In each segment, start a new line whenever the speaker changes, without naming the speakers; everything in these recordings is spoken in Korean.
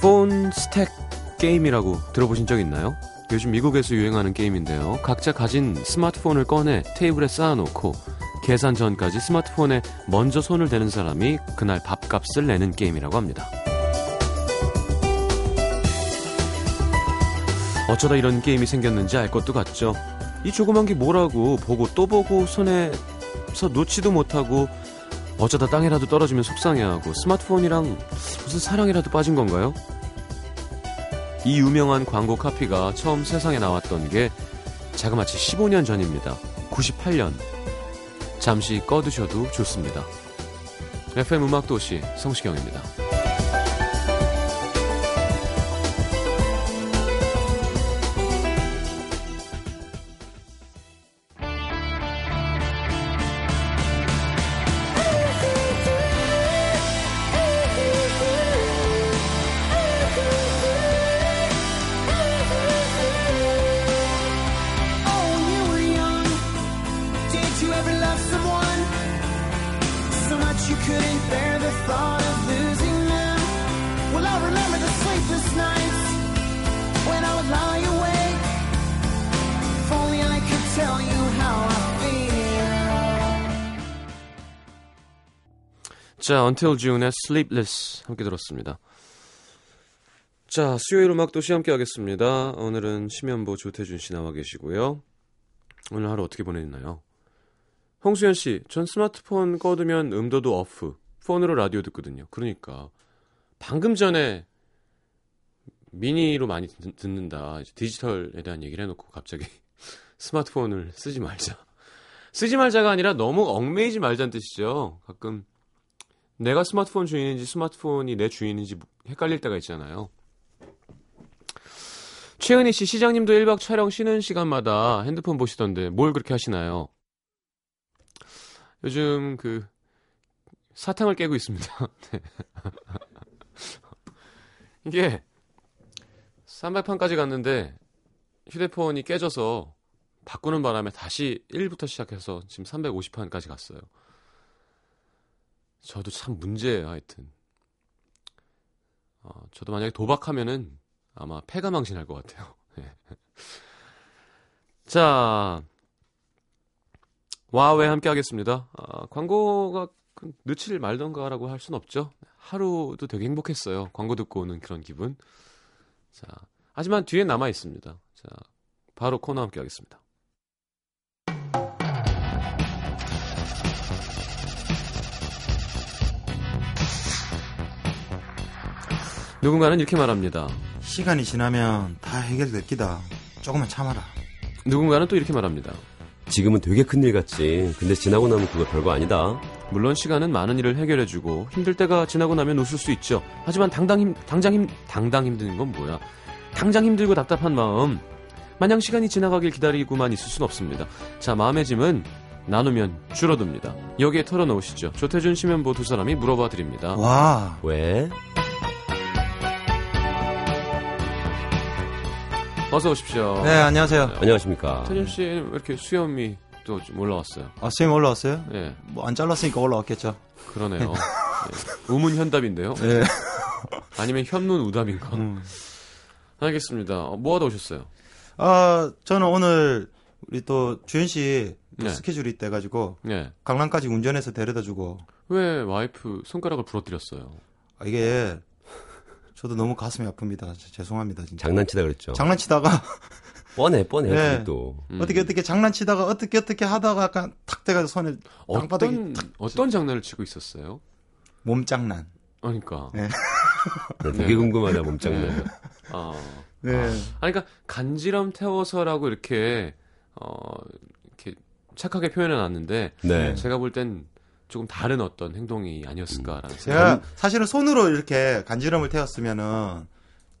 폰 스택 게임이라고 들어보신 적 있나요? 요즘 미국에서 유행하는 게임인데요. 각자 가진 스마트폰을 꺼내 테이블에 쌓아놓고 계산 전까지 스마트폰에 먼저 손을 대는 사람이 그날 밥값을 내는 게임이라고 합니다. 어쩌다 이런 게임이 생겼는지 알 것도 같죠. 이 조그만 게 뭐라고 보고 또 보고 손에서 놓지도 못하고 어쩌다 땅이라도 떨어지면 속상해하고 스마트폰이랑 무슨 사랑이라도 빠진 건가요? 이 유명한 광고 카피가 처음 세상에 나왔던 게 자그마치 15년 전입니다. 98년. 잠시 꺼두셔도 좋습니다. FM 음악도시 성시경입니다.
Oh,
자, Until June의 Sleepless 함께 들었습니다. 자, 수요일 음악 도시 함께 하겠습니다. 오늘은 심연보 조태준 씨 나와 계시고요. 오늘 하루 어떻게 보내셨나요? 홍수연 씨, 전 스마트폰 꺼두면 음도도 어프, 폰으로 라디오 듣거든요. 그러니까 방금 전에 미니로 많이 듣는다. 디지털에 대한 얘기를 해놓고 갑자기 스마트폰을 쓰지 말자. 쓰지 말자가 아니라 너무 얽매이지 말자는 뜻이죠. 가끔 내가 스마트폰 주인인지 스마트폰이 내 주인인지 헷갈릴 때가 있잖아요. 최은희 씨, 시장님도 1박 촬영 쉬는 시간마다 핸드폰 보시던데 뭘 그렇게 하시나요? 요즘 그 사탕을 깨고 있습니다. 네. 이게 300판까지 갔는데 휴대폰이 깨져서 바꾸는 바람에 다시 1부터 시작해서 지금 350판까지 갔어요. 저도 참 문제예요, 하여튼. 어, 저도 만약에 도박하면은 아마 패가 망신할 것 같아요. 예. 자, 와웨 함께 하겠습니다. 아, 광고가 늦칠 말던가라고 할 순 없죠. 하루도 되게 행복했어요. 광고 듣고 오는 그런 기분. 자, 하지만 뒤에 남아 있습니다. 자, 바로 코너 함께 하겠습니다. 누군가는 이렇게 말합니다.
시간이 지나면 다 해결될 기다. 조금만 참아라.
누군가는 또 이렇게 말합니다.
지금은 되게 큰일 같지. 근데 지나고 나면 그거 별거 아니다.
물론 시간은 많은 일을 해결해주고 힘들 때가 지나고 나면 웃을 수 있죠. 하지만 당당 힘, 당장 힘, 당당 힘든 건 뭐야? 당장 힘들고 답답한 마음. 마냥 시간이 지나가길 기다리고만 있을 순 없습니다. 자, 마음의 짐은 나누면 줄어듭니다. 여기에 털어놓으시죠. 조태준, 심현보 두 사람이 물어봐 드립니다.
와.
왜?
어서 오십시오.
네, 안녕하세요.
안녕하십니까.
태준 씨, 왜 이렇게 수염이 또 좀 올라왔어요?
아, 수염 올라왔어요?
예.
뭐 안 잘랐으니까 올라왔겠죠.
그러네요. 예. 우문 현답인데요.
예.
아니면 현문 우답인가?
음.
알겠습니다. 어, 뭐 하다 오셨어요?
아, 저는 오늘 우리 또 주현 씨또
네.
스케줄이 있대 가지고
예.
강남까지 운전해서 데려다 주고
왜 와이프 손가락을 부러뜨렸어요?
아, 이게 저도 너무 가슴이 아픕니다. 저- 죄송합니다, 진짜.
장난치다 그랬죠.
장난치다가
뻔해, 뻔해.
네.
그게 또.
음.
어떻게 어떻게 장난치다가 어떻게 어떻게 하다가 약간 탁 대가 손에 땅바닥이
어떤 어떤 장난을 치고 있었어요?
몸장난.
그러니까.
네.
네, 되게 궁금하다, 몸짱네.
아.
네.
아니 그러니까 간지럼 태워서라고 이렇게 어 이렇게 착하게 표현해 놨는데
네.
제가 볼 땐 조금 다른 어떤 행동이 아니었을까라는 생각.
제가 사실은 손으로 이렇게 간지럼을 태웠으면은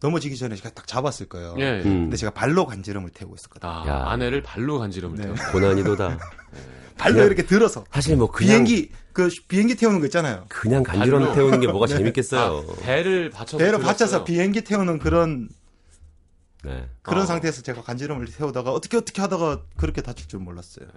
넘어지기 전에 제가 딱 잡았을 거예요.
예.
음.
근데 제가 발로 간지럼을 태우고 있었거든요.
아,
야.
아내를 발로 간지럼을
네.
태워.
고난이도다.
발로
그냥-
이렇게 들어서
사실 뭐 그냥.
비행기 그 비행기 태우는 거 있잖아요.
그냥 간지럼
발로.
태우는 게 뭐가 재밌겠어요.
아, 배를 받쳐
배로 받쳐서 비행기 태우는 그런
네.
그런
어.
상태에서 제가 간지럼을 태우다가 어떻게 어떻게 하다가 그렇게 다칠 줄 몰랐어요.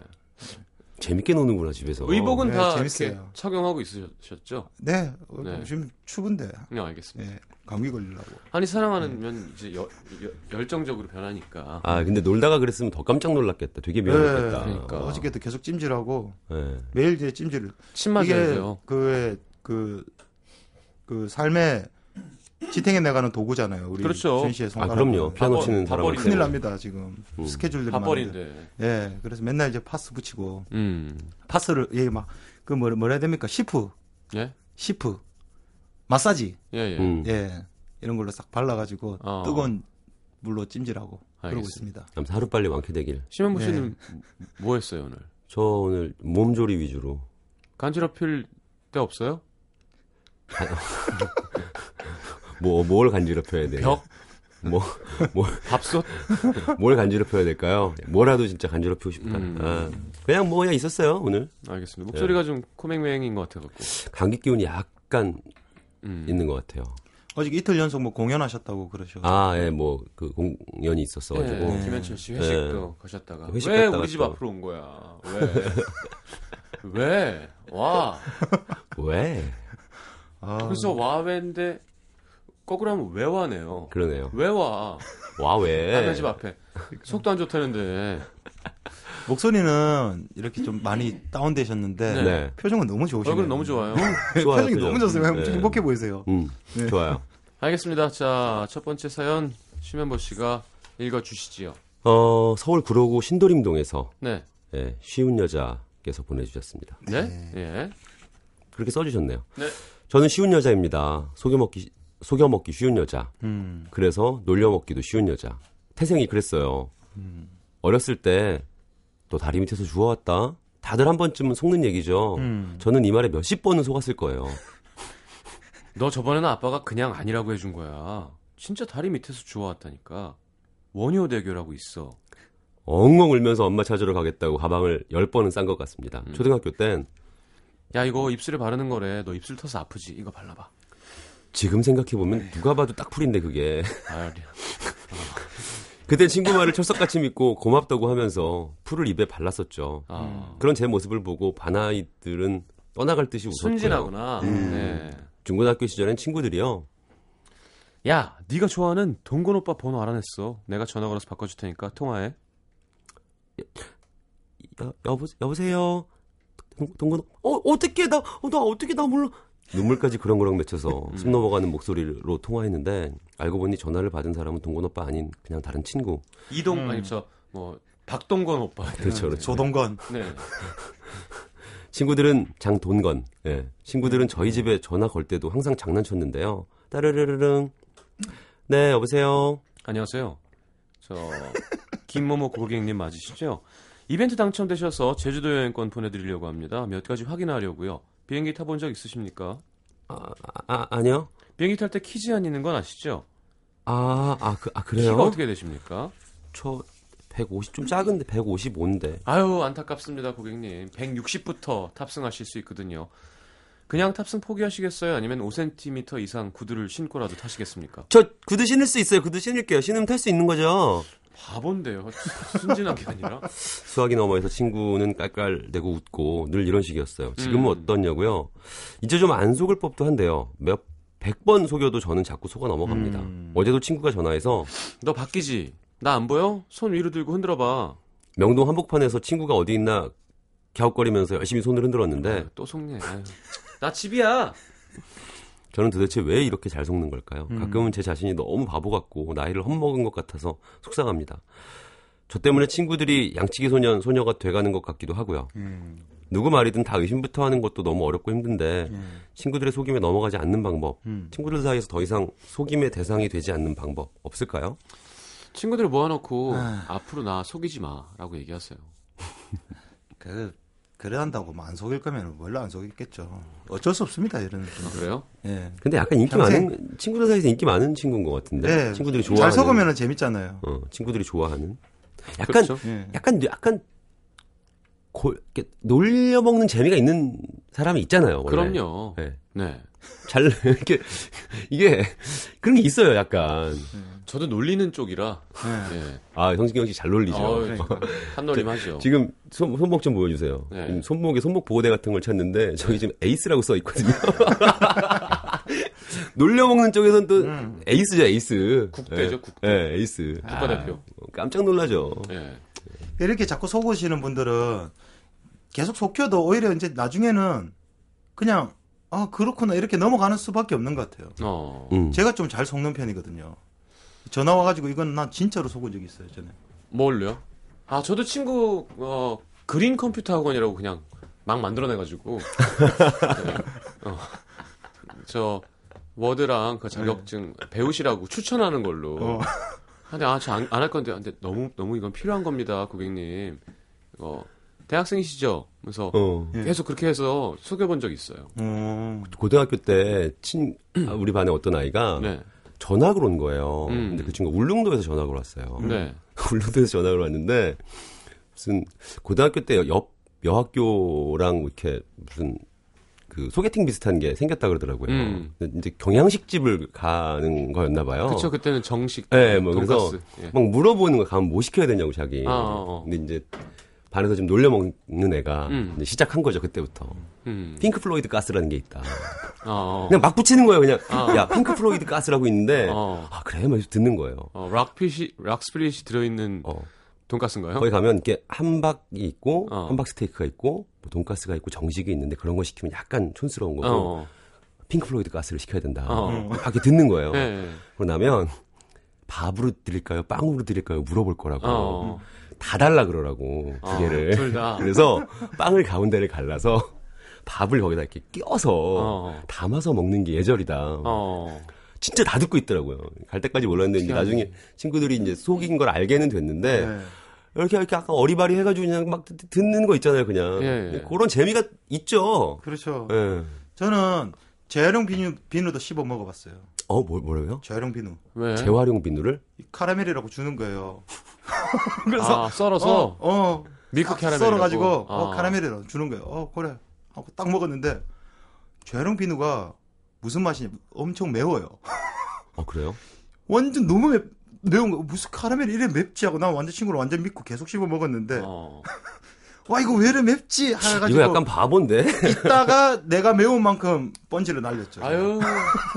재밌게 노는구나 집에서.
의복은
네,
다
재밌어요.
이렇게 착용하고 있으셨죠?
네, 어,
네.
지금 추운데
네, 알겠습니다.
예, 감기 걸리려고.
아니
네.
사랑하면 이제 여- 여- 열정적으로 변하니까.
아 근데 놀다가 그랬으면 더 깜짝 놀랐겠다. 되게 미안했겠다.
네, 그러니까.
어저께도 계속 찜질하고
예.
매일 이제 찜질을
침 맞아야 돼요.
그그 그, 그 삶에 지탱해 나가는 도구잖아요. 우리
그렇죠.
준 씨의
아
손가락.
그럼요. 피아노
밥벌-
치는 사람
밥벌이네.
큰일 납니다 지금
음.
스케줄들이 많은데.
밥벌인데.
예, 그래서 맨날 이제 파스 붙이고
음.
파스를 예막그 뭐라 뭐라 해야 됩니까? 시프
예?
시프 마사지
예, 예.
음.
예 이런 걸로 싹 발라가지고
어.
뜨거운 물로 찜질하고 그러고
알겠습니다.
있습니다.
아무튼 하루 빨리 완쾌되길.
심현보
네.
씨는 뭐 했어요 오늘?
저 오늘 몸조리 위주로.
간지럽힐 데 없어요?
뭐 뭘 간지럽혀야 돼?
벽,
뭐뭘
밥솥?
간지럽혀야 될까요? 뭐라도 진짜 간지럽히고 싶다.
음.
아, 그냥 뭐 그냥 있었어요 오늘.
알겠습니다. 목소리가
네.
좀 코맹맹인 것 같아갖고.
감기 기운이 약간
음.
있는 것 같아요.
어제 이틀 연속 뭐 공연하셨다고 그러셔.
아, 예, 뭐, 그 공연이
예,
있었어가지고.
네,
네.
김현철 씨 회식도 가셨다가
회식
왜
갔다가
우리 집
또-
앞으로 온 거야? 왜? 왜? 와.
왜?
아,
그래서 와왜인데 거꾸로 하면 왜 와네요.
그러네요.
왜 와?
와,
아,
왜?
남의 집 앞에 속도 안 좋다는데
목소리는 이렇게 좀 많이 다운되셨는데
네.
표정은 너무 좋으시네요.
얼굴 너무 좋아요.
좋아요,
표정이
표정.
너무 좋으세요. 뭐 네.
네.
행복해 보이세요.
음, 좋아요.
알겠습니다. 자, 첫 번째 사연 심현보 씨가 읽어 주시지요.
어, 서울 구로구 신도림동에서,
네.
예, 쉬운 여자께서 보내주셨습니다.
네. 예.
그렇게 써주셨네요.
네.
저는 쉬운 여자입니다. 속여먹기, 속여먹기 쉬운 여자.
음,
그래서 놀려먹기도 쉬운 여자. 태생이 그랬어요.
음.
어렸을 때, 너 다리 밑에서 주워왔다? 다들 한 번쯤은 속는 얘기죠.
음.
저는 이 말에 몇십 번은 속았을 거예요.
너 저번에는 아빠가 그냥 아니라고 해준 거야. 진짜 다리 밑에서 주워왔다니까. 원효 대교라고 있어.
엉엉 울면서 엄마 찾으러 가겠다고 가방을 열 번은 싼 것 같습니다. 초등학교 땐
야 이거 입술에 바르는 거래. 너 입술 터서 아프지. 이거 발라봐.
지금 생각해보면 누가 봐도 딱 풀인데 그게.
아,
그땐 친구 말을 철석같이 믿고 고맙다고 하면서 풀을 입에 발랐었죠.
아.
어. 그런 제 모습을 보고 반아이들은 떠나갈 듯이 웃었고요.
순진하구나.
음.
네.
중고등학교 시절엔 친구들이요.
야, 네가 좋아하는 동건 오빠 번호 알아냈어. 내가 전화 걸어서 바꿔줄 테니까 통화해.
여, 여보, 여보세요? 동, 동건, 어, 어떻게 나, 어, 나 어떻게 나 몰라. 눈물까지 그렁그렁 맺혀서
음.
숨 넘어가는 목소리로 통화했는데 알고 보니 전화를 받은 사람은 동건 오빠 아닌 그냥 다른 친구.
이동
음.
아니 저 뭐 박동건 오빠.
그렇죠, 그렇죠.
조동건.
네.
친구들은 장돈건. 예. 친구들은 저희
음.
집에 전화 걸 때도 항상 장난쳤는데요. 따르르르릉. 네, 여보세요.
안녕하세요. 저 김모모 고객님 맞으시죠? 이벤트 당첨되셔서 제주도 여행권 보내드리려고 합니다. 몇 가지 확인하려고요. 비행기 타본 적 있으십니까?
아, 아 아니요.
비행기 탈 때 키 제한 있는 건 아시죠?
아, 아, 그, 아 그래요?
키가 어떻게 되십니까?
저 150, 좀 작은데 155인데.
아유 안타깝습니다 고객님 160부터 탑승하실 수 있거든요 그냥 탑승 포기하시겠어요 아니면 5cm 이상 구두를 신고라도 타시겠습니까
저 구두 신을 수 있어요. 구두 신을게요. 신으면 탈 수 있는 거죠.
바본데요 순진한 게 아니라
수학이 넘어에서 친구는 깔깔대고 웃고 늘 이런 식이었어요. 지금은
음.
어떠냐고요? 이제 좀 안 속을 법도 한데요. 몇 100번 속여도 저는 자꾸 속아 넘어갑니다.
음.
어제도 친구가 전화해서
너 바뀌지 나 안 보여? 손 위로 들고 흔들어봐
명동 한복판에서 친구가 어디 있나 갸웃거리면서 열심히 손을 흔들었는데
아유, 또 속네 아유. 나 집이야
저는 도대체 왜 이렇게 잘 속는 걸까요?
음.
가끔은 제 자신이 너무 바보 같고 나이를 헛먹은 것 같아서 속상합니다. 저 때문에 친구들이 양치기 소년 소녀가 돼가는 것 같기도 하고요.
음,
누구 말이든 다 의심부터 하는 것도 너무 어렵고 힘든데
음,
친구들의 속임에 넘어가지 않는 방법,
음.
친구들 사이에서 더 이상 속임의 대상이 되지 않는 방법 없을까요?
친구들 모아놓고
네.
아.
앞으로 나 속이지 마라고 얘기하세요
그 그래 한다고 뭐안 속일 거면 원래 안 속이겠죠. 어쩔 수 없습니다 이런. 분.
아, 그래요?
예.
근데 약간 인기
평생-
많은 친구들 사이에서 인기 많은 친구인 것 같은데
네,
친구들이
잘
좋아하는
속으면 그렇죠. 재밌잖아요.
어, 친구들이 좋아하는 약간
그렇죠?
예.
약간 약간 골, 이렇게 놀려먹는 재미가 있는 사람이 있잖아요. 원래.
그럼요.
예.
네.
잘 이렇게 이게 그런 게 있어요, 약간.
저도 놀리는 쪽이라.
네.
예.
아 형식경 씨 잘 놀리죠.
어이, 한놀림 하죠.
지금 손, 목좀 보여주세요.
네.
지금 손목에 손목 보호대 같은 걸 찾는데 저기 지금 에이스라고 써 있거든요. 놀려먹는 쪽에서는 또 에이스죠, 에이스.
음. 국대죠,
예.
국대.
예, 에이스.
국가대표.
아, 깜짝 놀라죠.
예.
이렇게 자꾸 속으시는 분들은 계속 속여도 오히려 이제 나중에는 그냥 아 그렇구나 이렇게 넘어가는 수밖에 없는 것 같아요.
어.
음.
제가 좀 잘 속는 편이거든요. 전화 와가지고 이건 난 진짜로 속은 적이 있어요 전에.
뭘로요? 아, 저도 친구, 어, 그린 컴퓨터 학원이라고 그냥 막 만들어내가지고. 네. 어. 저, 워드랑 그 자격증
네.
배우시라고 추천하는 걸로.
어.
근데, 아, 저 안 할 건데, 근데 너무, 너무 이건 필요한 겁니다, 고객님. 어, 대학생이시죠? 그래서
어.
예.
계속 그렇게 해서 속여본 적이 있어요.
음,
고등학교 때 친, 아, 우리 반에 어떤 아이가
네.
전학을 온 거예요.
음.
근데 그 친구가 울릉도에서 전학을 왔어요.
네.
울릉도에서 전학을 왔는데 무슨 고등학교 때 옆 여학교랑 이렇게 무슨 그 소개팅 비슷한 게 생겼다 그러더라고요.
음.
근데 이제 경양식 집을 가는 거였나 봐요.
그쵸, 그때는 정식.
예, 어. 뭐
돈가스.
그래서
예.
막 물어보는 거 가면 뭐 시켜야 되냐고 자기.
아, 어, 어.
근데 이제 반에서 좀 놀려 먹는 애가
음.
이제 시작한 거죠 그때부터.
음.
핑크 플로이드 가스라는 게 있다.
아, 어.
그냥 막 붙이는 거예요. 그냥
아.
야 핑크 플로이드 가스라고 있는데
어.
아 그래 막 듣는 거예요.
어, 락핏이, 락스플릿이 들어있는
어.
돈가스인가요?
거기 가면 이렇게 함박이 있고
어.
함박 스테이크가 있고 뭐 돈가스가 있고 정식이 있는데 그런 거 시키면 약간 촌스러운 거고
어.
핑크 플로이드 가스를 시켜야 된다.
어.
막 이렇게 듣는 거예요.
예.
그러고 나면 밥으로 드릴까요? 빵으로 드릴까요? 물어볼 거라고.
어. 아,
다 달라 그러라고 두 개를.
둘 다.
그래서 빵을 가운데를 갈라서 밥을 거기다 이렇게 끼워서
어.
담아서 먹는 게 예절이다.
어.
진짜 다 듣고 있더라고요. 갈 때까지 몰랐는데 이제
희한해.
나중에 친구들이 이제 속인 걸 알게는 됐는데
네.
이렇게 이렇게 아까 어리바리 해가지고 그냥 막 듣- 듣는 거 있잖아요, 그냥 네,
예, 예.
그런 재미가 있죠.
그렇죠.
예.
저는 재활용 비누, 비누도 씹어 먹어봤어요.
어, 뭐, 뭐라고요?
재활용 비누.
왜?
재활용 비누를?
이 카라멜이라고 주는 거예요.
아, 썰어서
어, 어.
밀크 캐러멜.
썰어가지고 어,
아.
카라멜이라고 주는 거예요. 어 그래 하고 딱 먹었는데 재활용 비누가 무슨 맛이냐 엄청 매워요.
아 그래요?
완전 너무 맵, 매운 거 무슨 카라멜이 이래 맵지 하고 난 완전 친구를 완전 믿고 계속 씹어 먹었는데
어.
와 이거 왜 이래 맵지 해가지고
아. 이거 약간 바본데?
이따가 내가 매운 만큼 번지를 날렸죠.
아유.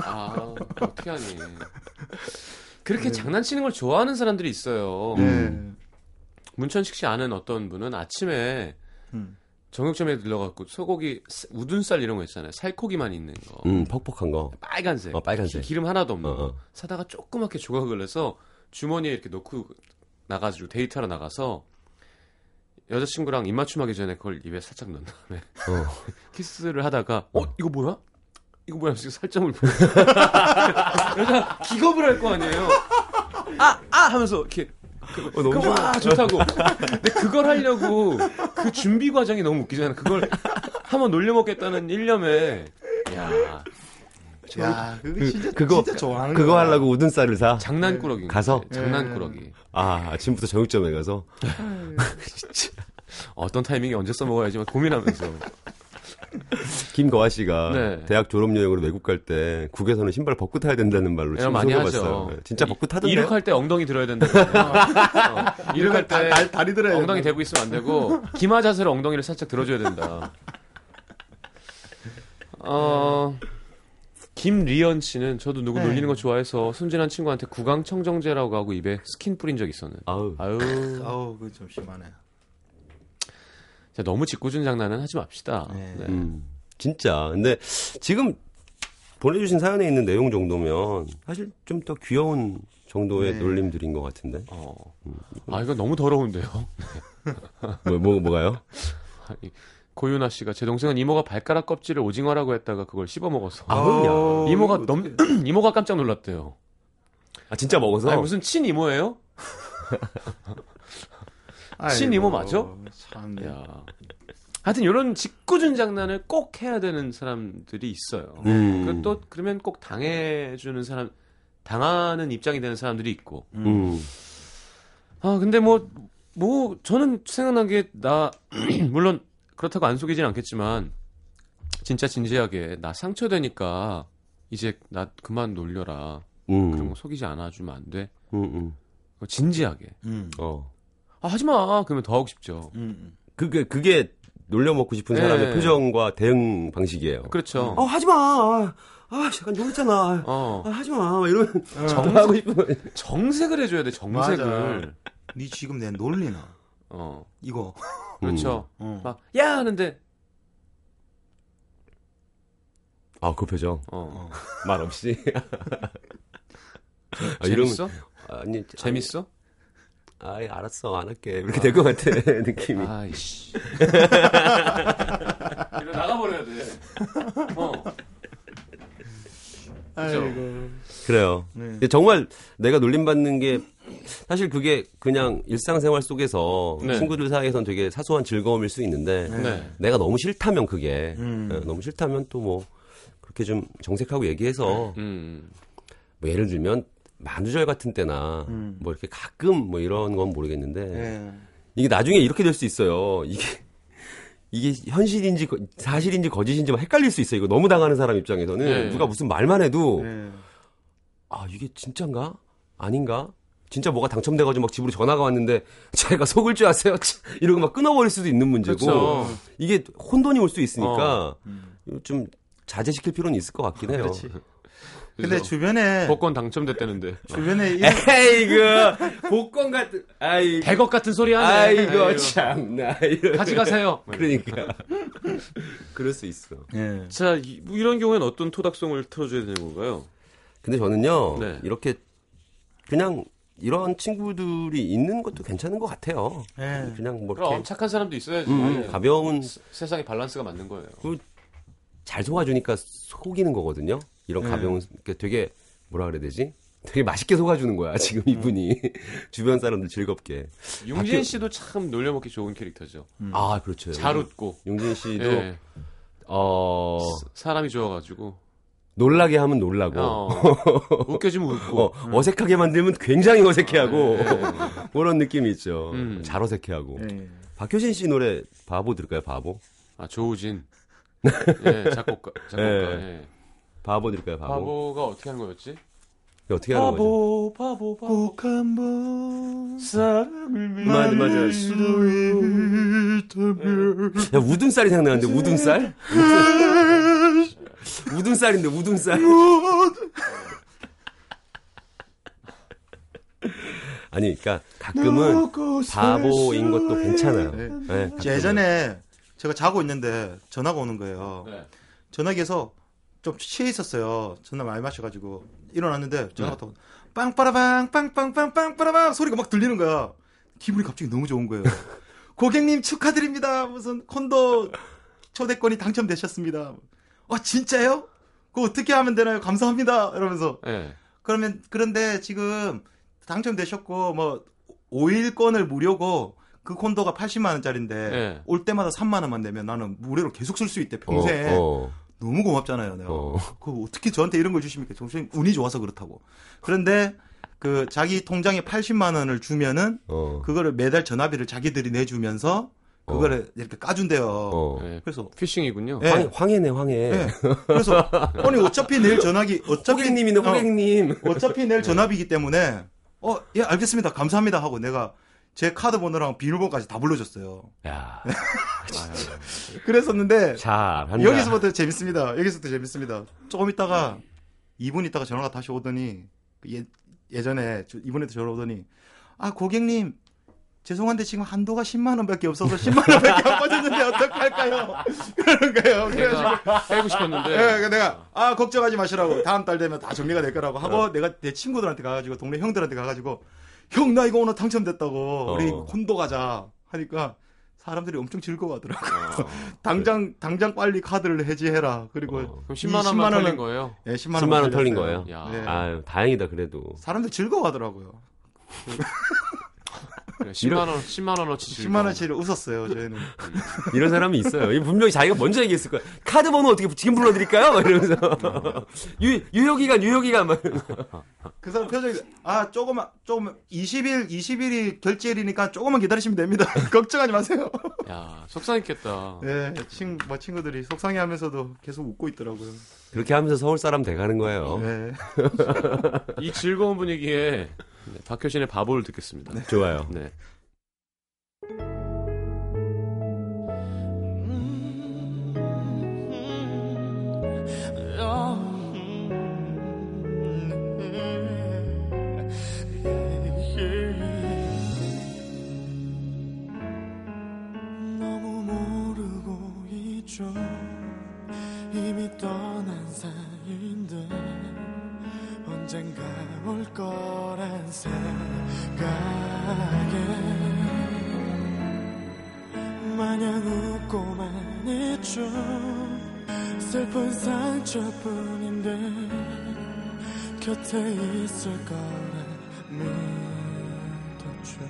아, 어떻게 하니. 그렇게 장난치는 걸 좋아하는 사람들이 있어요.
네.
음.
문천식 씨 아는 어떤 분은 아침에
음.
정육점에 들러갖고 소고기 스- 우둔살 이런 거 있잖아요. 살코기만 있는 거.
음, 퍽퍽한 거.
빨간색.
어, 빨간색.
기, 름 하나도 없는
어,
거.
어.
사다가 조그맣게 조각을 해서 주머니에 이렇게 넣고 나가지고 데이트하러 나가서 여자친구랑 입맞춤하기 전에 그걸 입에 살짝 넣은 다음에
어.
키스를 하다가 어 이거 뭐야? 이거 뭐야? 지금 살점을 보여. 여자 기겁을 할 거 아니에요. 아아 하면서 이렇게
어, 너무
그럼
좋아.
와 좋다고. 근데 그걸 하려고 그 준비 과정이 너무 웃기잖아. 그걸 한번 놀려먹겠다는 일념에 야
야 그거 진짜
그거-
진짜 좋아하는
그거
거야.
하려고 우둔살을 사?
장난꾸러기
가서?
장난꾸러기.
아, 아침부터 정육점에 가서?
어떤 타이밍에 언제 써먹어야지 막 고민하면서.
김거아 씨가
네.
대학 졸업여행으로 외국 갈 때 국에서는 신발 벗고 타야 된다는 말로
이런
지금
많이
그렇죠. 속여봤어요.
하죠.
예, 진짜 벗고 타던데요?
이륙할 때 엉덩이 들어야 된다. 어, 이륙할
이럴
때
때 다, 다리 들어야
엉덩이 대고 있으면 안 되고 기마 자세로 엉덩이를 살짝 들어줘야 된다. 어, 김리연 씨는 저도 누구
네.
놀리는 거 좋아해서 순진한 친구한테 구강 청정제라고 하고 입에 스킨 뿌린 적 있었는데.
아우.
아유,
아우 그거 좀 심하네.
진짜 너무 짓궂은 장난은 하지 맙시다.
네.
네.
음, 진짜. 근데 지금 보내주신 사연에 있는 내용 정도면 사실 좀 더 귀여운 정도의
네.
놀림들인 것 같은데.
어. 아 이거 너무 더러운데요.
뭐, 뭐, 뭐가요?
아니, 고윤아 씨가 제 동생은 이모가 발가락 껍질을 오징어라고 했다가 그걸 씹어 먹어서
아, 뭐냐.
아우,
이모가
이거
넘 이모가 깜짝 놀랐대요.
아, 진짜 먹어서?
아니 무슨 친 이모예요?
아이고,
신이모 맞아?
참.
야. 하여튼 이런 짓궂은 장난을 꼭 해야 되는 사람들이 있어요.
음.
그리고 또 그러면 꼭 당해주는 사람 음. 당하는 입장이 되는 사람들이 있고.
음.
아 근데 뭐 뭐 저는 생각나게 나 물론 그렇다고 안 속이진 않겠지만 진짜 진지하게 나 상처되니까 이제 나 그만 놀려라.
음,
그런 거 속이지 않아 주면 안 돼.
음, 음.
그거 진지하게.
음.
어.
아 하지 마. 그러면 더 하고 싶죠.
음.
그게 그게 놀려먹고 싶은
네.
사람의 표정과 대응 방식이에요.
그렇죠.
아 하지 마. 아 잠깐 놀랬잖아.
어.
아 하지 마. 이러면
어.
정하고 싶은 거.
정색을 해줘야 돼. 정색을.
니 지금 내 놀리나?
어.
이거.
그렇죠.
어.
막 야 하는데
아그 표정
어.
말 없이. 아, 이러면-
재밌어?
아니
재밌어?
아 예, 알았어 안 할게 이렇게 될 것 같아 느낌이.
아이씨. 이러 나가버려야 돼. 어. 그죠?
그래요.
네.
근데 정말 내가 놀림받는 게 사실 그게 그냥 일상생활 속에서
네.
친구들 사이에선 되게 사소한 즐거움일 수 있는데
네.
내가 너무 싫다면 그게
음.
예, 너무 싫다면 또 뭐 그렇게 좀 정색하고 얘기해서
네.
음.
뭐 예를 들면 만우절 같은 때나
음.
뭐 이렇게 가끔 뭐 이런 건 모르겠는데
예.
이게 나중에 이렇게 될 수 있어요. 이게 이게 현실인지 거- 사실인지 거짓인지 막 헷갈릴 수 있어요. 이거 너무 당하는 사람 입장에서는
네.
누가 무슨 말만
어.
해도
예.
아 이게 진짠가 아닌가 진짜 뭐가 당첨돼가지고 막 집으로 전화가 왔는데 제가 속을 줄 아세요 참, 이러고 막 끊어버릴 수도 있는 문제고
그렇죠. 어.
이게 혼돈이 올 수 있으니까
음.
좀 자제시킬 필요는 있을 것 같긴 해요.
근데
그죠?
주변에
복권 예. 당첨됐다는데.
주변에 이런
에이그 복권 같은 아이
100억 같은 소리 하네.
아이고 참나 이런
가져가세요.
그러니까 그럴 수 있어.
예.
자, 이, 뭐 이런 경우에는 어떤 토닥송을 틀어줘야 되는 건가요?
근데 저는요
네.
이렇게 그냥 이런 친구들이 있는 것도 괜찮은 것 같아요.
예.
그냥 뭐
그럼
이렇게
착한 사람도 있어야지.
음, 가벼운
세- 세상에 밸런스가 맞는 거예요.
잘 속아주니까 속이는 거거든요. 이런
네.
가벼운 그러니까 되게 뭐라 그래야 되지? 되게 맛있게 속아주는 거야 지금
음.
이분이 주변 사람들 즐겁게.
융진 씨도 참 놀려먹기 좋은 캐릭터죠.
아 그렇죠.
음. 잘 웃고.
용진 씨도
예.
어
사람이 좋아가지고.
놀라게 하면 놀라고
어. 음.
어.
웃겨지면 웃고.
색하게 만들면 굉장히 어색해하고
예.
그런 느낌이 있죠.
음.
잘 어색해하고
예.
박효신 씨 노래 바보 들을까요? 바보
아, 조우진. 예, 작곡가. 작곡가.
예.
예.
바보 들을까요? 바보,
바보가 어떻게 하는 거였지?
어떻게 하는 거죠?
바보,
꼭 한번
사랑을
맞아, 맞아.
만날 수 있다면
야 우둔살이 생각나는데 우둔살? 우둔살인데 우둔살. 아니, 그러니까 가끔은 바보인 것도 괜찮아요.
네.
네, 가끔은.
저 예전에 제가 자고 있는데 전화가 오는 거예요.
네.
전화기에서 좀 취해 있었어요. 전화 많이 마셔가지고
네.
일어났는데 전화가 또 빵빠라빵 빵빵빵 빵빠라빵 소리가 막 들리는 거야. 기분이 갑자기 너무 좋은 거예요. 고객님 축하드립니다. 무슨 콘도 초대권이 당첨되셨습니다. 어 진짜요? 그거 어떻게 하면 되나요? 감사합니다. 이러면서
예.
그러면 그런데 지금 당첨되셨고 뭐 5일권을 무료고 그 콘도가 80만 원짜리인데
네.
올 때마다 3만 원만 내면 나는 무료로 계속 쓸 수 있대
어,
평생.
어,
너무 고맙잖아요. 내가.
어.
그 어떻게 저한테 이런 걸 주십니까? 정수님 운이 좋아서 그렇다고. 그런데 그 자기 통장에 80만 원을 주면은
어,
그거를 매달 전화비를 자기들이 내주면서 그거를 이렇게 까준대요.
어.
예.
그래서
피싱이군요.
예.
황, 황해네 황해.
예. 그래서 아니 어차피 내일 전화기 어차피
호객님이네 네.
어,
호객님.
어차피 내일 전화비기 때문에 어 예 알겠습니다 감사합니다 하고 내가 제 카드 번호랑 비밀번호까지 다 불러줬어요.
야,
그랬었는데
잘한다.
여기서부터 재밌습니다. 여기서부터 재밌습니다. 조금 있다가 2분 있다가 전화가 다시 오더니 그 예, 예전에 저- 이번에도 전화 오더니 아 고객님 죄송한데 지금 한도가 10만 원밖에 없어서 10만 원밖에 안 빠졌는데 어떡할까요? 그러는 거예요. 그래가지고
내가 빼고
네.
싶었는데.
예, 그러니까 내가 아 걱정하지 마시라고 다음 달 되면 다 정리가 될 거라고 하고
네.
내가 내 친구들한테 가가지고 동네 형들한테 가가지고 형 나 이거 오늘 당첨됐다고 우리
어.
콘도 가자 하니까 사람들이 엄청 즐거워하더라고. 당장 당장 빨리 카드를 해지해라. 그리고
아. 어.
그럼
이
10만 원만
10만 원을-
걸린 거예요.
예, 10만 원
10만 원 털린 거예요.
야.
예.
아유, 다행이다 그래도.
사람들 즐거워하더라고요.
그래, 10만 원, 10만 원어치 주고.
10만 원치를 웃었어요 저희는.
이런 사람이 있어요. 이 분명히 자기가 먼저 얘기했을 거야. 카드 번호 어떻게 지금 불러드릴까요? 막 이러면서 유 유효기간 유효기간 막 이러면서.
그 사람 표정이 아 조금만 조금 20일 20일이 결제일이니까 조금만 기다리시면 됩니다. 걱정하지 마세요.
야, 속상했겠다.
예, 친, 뭐 친구들이 속상해하면서도 계속 웃고 있더라고요.
그렇게 하면서 서울 사람 돼가는 거예요.
예.
이 즐거운 분위기에 네, 박효신의 바보를 듣겠습니다. 네.
좋아요.
너무 모르고 있죠 이미 떠난 사이인데 언젠가 올 거란 생각에 마냥 웃고만 있죠 슬픈 상처뿐인데 곁에 있을 거란 믿었죠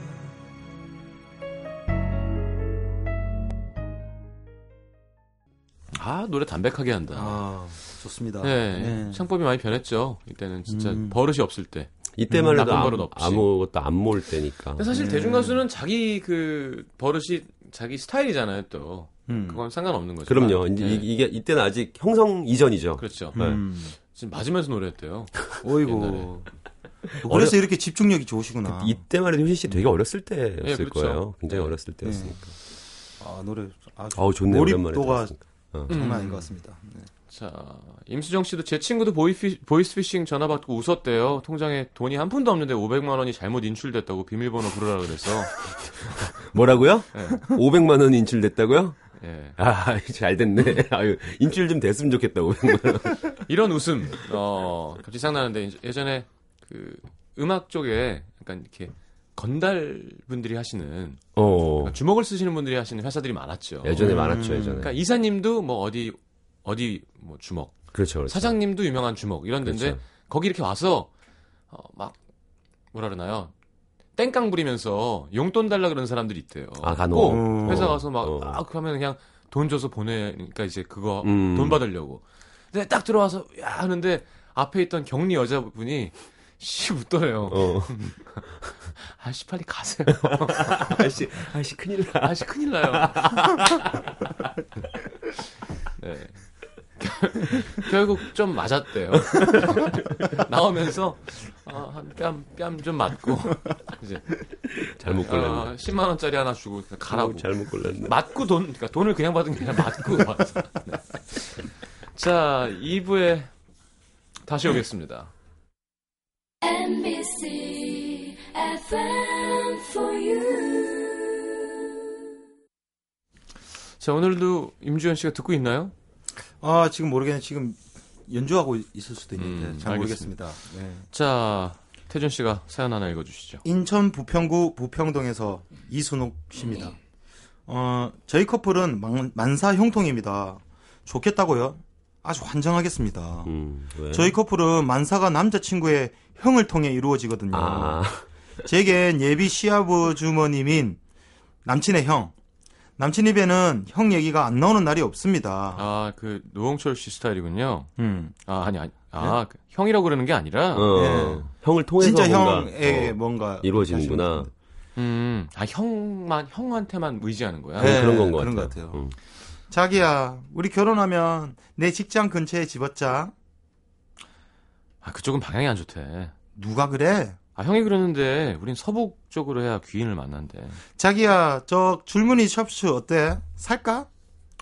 아, 노래 담백하게 한다.
아 좋습니다.
네,
네. 음.
창법이 많이 변했죠. 이때는 진짜 버릇이 없을 때.
이때만 해도
나쁜 버릇
아,
없이.
아무것도 안 모을 때니까.
근데
네.
사실 대중 가수는 자기 그 버릇이 자기 스타일이잖아요. 또
음.
그건 상관없는 거죠.
그럼요. 이제
네.
이- 이게 이때는 아직 형성 이전이죠. 예.
그렇죠.
음.
지금 맞으면서 노래했대요.
어이고.
옛날에.
그래서 이렇게 집중력이 좋으시구나.
그 이때만 해도 효신 씨 되게 어렸을 때였을
예, 그렇죠.
거예요. 굉장히
네.
어렸을 때였으니까.
아 노래 아주
아우 좋네 오랜만에
몰입도가
들었으니까.
장난 아닌 것 같습니다. 네.
음. 자, 임수정 씨도 제 친구도 보이피, 보이스피싱 전화 받고 웃었대요. 통장에 돈이 한 푼도 없는데 500만 원이 잘못 인출됐다고 비밀번호 부르라 그래서.
뭐라고요?
예.
500만 원 인출됐다고요?
예.
아, 잘 됐네. 아유, 인출 좀 됐으면 좋겠다. 500만 원.
이런 웃음. 어, 갑자기 생각나는데 이제 예전에 그 음악 쪽에 약간 이렇게 건달 분들이 하시는
어.
그러니까 주먹을 쓰시는 분들이 하시는 회사들이 많았죠.
예전에
음.
많았죠, 예전에.
그러니까 이사님도 뭐 어디 어디 뭐 주먹,
그렇죠, 그렇죠.
사장님도 유명한 주먹 이런 데인데
그렇죠.
거기 이렇게 와서 어, 막 뭐라 그러나요? 땡깡 부리면서 용돈 달라 그러는 사람들이 있대요.
아,
꼭
간혹.
어.
회사 가서 막
어.
아, 그러면 그냥 돈 줘서 보내니까 이제 그거
음.
돈 받으려고. 근데 딱 들어와서 야 하는데 앞에 있던 격리 여자분이 씨 웃더래요.
어.
아씨 빨리 가세요.
아씨, 아씨 큰일 나.
아씨 큰일 나요. 네. 결국 좀 맞았대요. 나오면서 어, 한뺨뺨 좀 맞고 이제
잘못
어,
골랐네.
10만 원짜리 하나 주고 그냥 가라고.
어, 잘못 골랐네.
맞고 돈, 그러니까 돈을 그냥 받은 게 아니라 맞고 받았어. 네. 자, 2부에 다시 오겠습니다.
NBC FM for you.
자, 오늘도 임주현 씨가 듣고 있나요?
아 지금 모르겠네. 지금 연주하고 있을 수도 있는데
음,
잘
알겠습니다.
모르겠습니다. 네.
자, 태준 씨가 사연 하나 읽어주시죠.
인천 부평구 부평동에서 이순옥 씨입니다. 어, 저희 커플은 만, 만사 형통입니다. 좋겠다고요? 아주 환장하겠습니다.
음, 왜?
저희 커플은 만사가 남자친구의 형을 통해 이루어지거든요.
아,
제겐 예비 시아버주머님인 남친의 형. 남친 입에는 형 얘기가 안 나오는 날이 없습니다.
아, 그, 노홍철 씨 스타일이군요.
음.
아, 아니, 아니. 아, 그 형이라고 그러는 게 아니라.
어.
예.
형을 통해서
진짜
뭔가,
형에게 예, 뭐,
어,
뭔가
이루어지는구나.
음, 아, 형만, 형한테만 의지하는 거야?
네.
그런 건것
그런
같아요.
것 같아요.
음.
자기야, 우리 결혼하면 내 직장 근처에 집었자.
아, 그쪽은 방향이 안 좋대.
누가 그래?
아, 형이 그러는데, 우린 서북 쪽으로 해야 귀인을 만난대.
자기야, 저 줄무늬 셔츠 어때? 살까?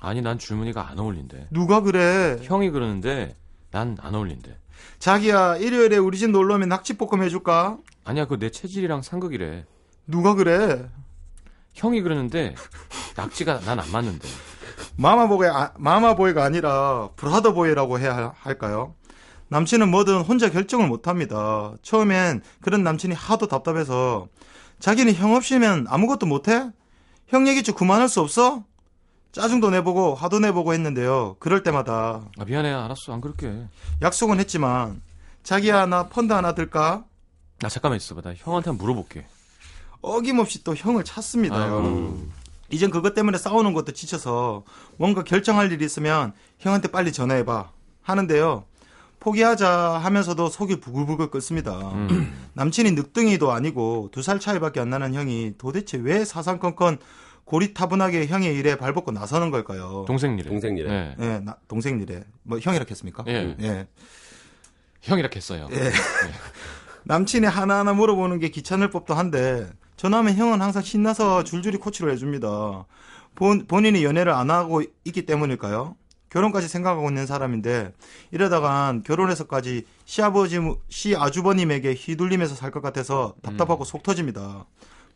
아니, 난 줄무늬가 안 어울린대.
누가 그래?
형이 그러는데, 난 안 어울린대.
자기야, 일요일에 우리 집 놀러 오면 낙지볶음 해줄까?
아니야, 그내 거 체질이랑 상극이래.
누가 그래?
형이 그러는데 낙지가 난 안 맞는데.
마마보이, 아, 마마보이가 아니라 브라더보이라고 해야 할- 할까요? 남친은 뭐든 혼자 결정을 못합니다. 처음엔 그런 남친이 하도 답답해서 자기는 형 없이면 아무것도 못해? 형 얘기 좀 그만할 수 없어? 짜증도 내보고 화도 내보고 했는데요. 그럴 때마다
아 미안해, 알았어, 안 그럴게.
약속은 했지만 자기야 나 펀드 하나 들까?
나 잠깐만 있어봐, 나 형한테 한번 물어볼게.
어김없이 또 형을 찾습니다.
음.
이젠 그것 때문에 싸우는 것도 지쳐서 뭔가 결정할 일이 있으면 형한테 빨리 전화해봐 하는데요. 포기하자 하면서도 속이 부글부글 끓습니다.
음.
남친이 늑둥이도 아니고 두 살 차이밖에 안 나는 형이 도대체 왜 사상컨컨 고리타분하게 형의 일에 발벗고 나서는 걸까요?
동생 일에.
동생
네.
일에.
예, 나- 동생 일에 뭐 형이라 했습니까?
예.
예.
형이라 했어요.
남친이 하나하나 물어보는 게 귀찮을 법도 한데 전화하면 형은 항상 신나서 줄줄이 코치를 해줍니다. 본, 본인이 연애를 안 하고 있기 때문일까요? 결혼까지 생각하고 있는 사람인데 이러다간 결혼해서까지 시아버지 시아주버님에게 휘둘리면서 살 것 같아서 답답하고 속 터집니다.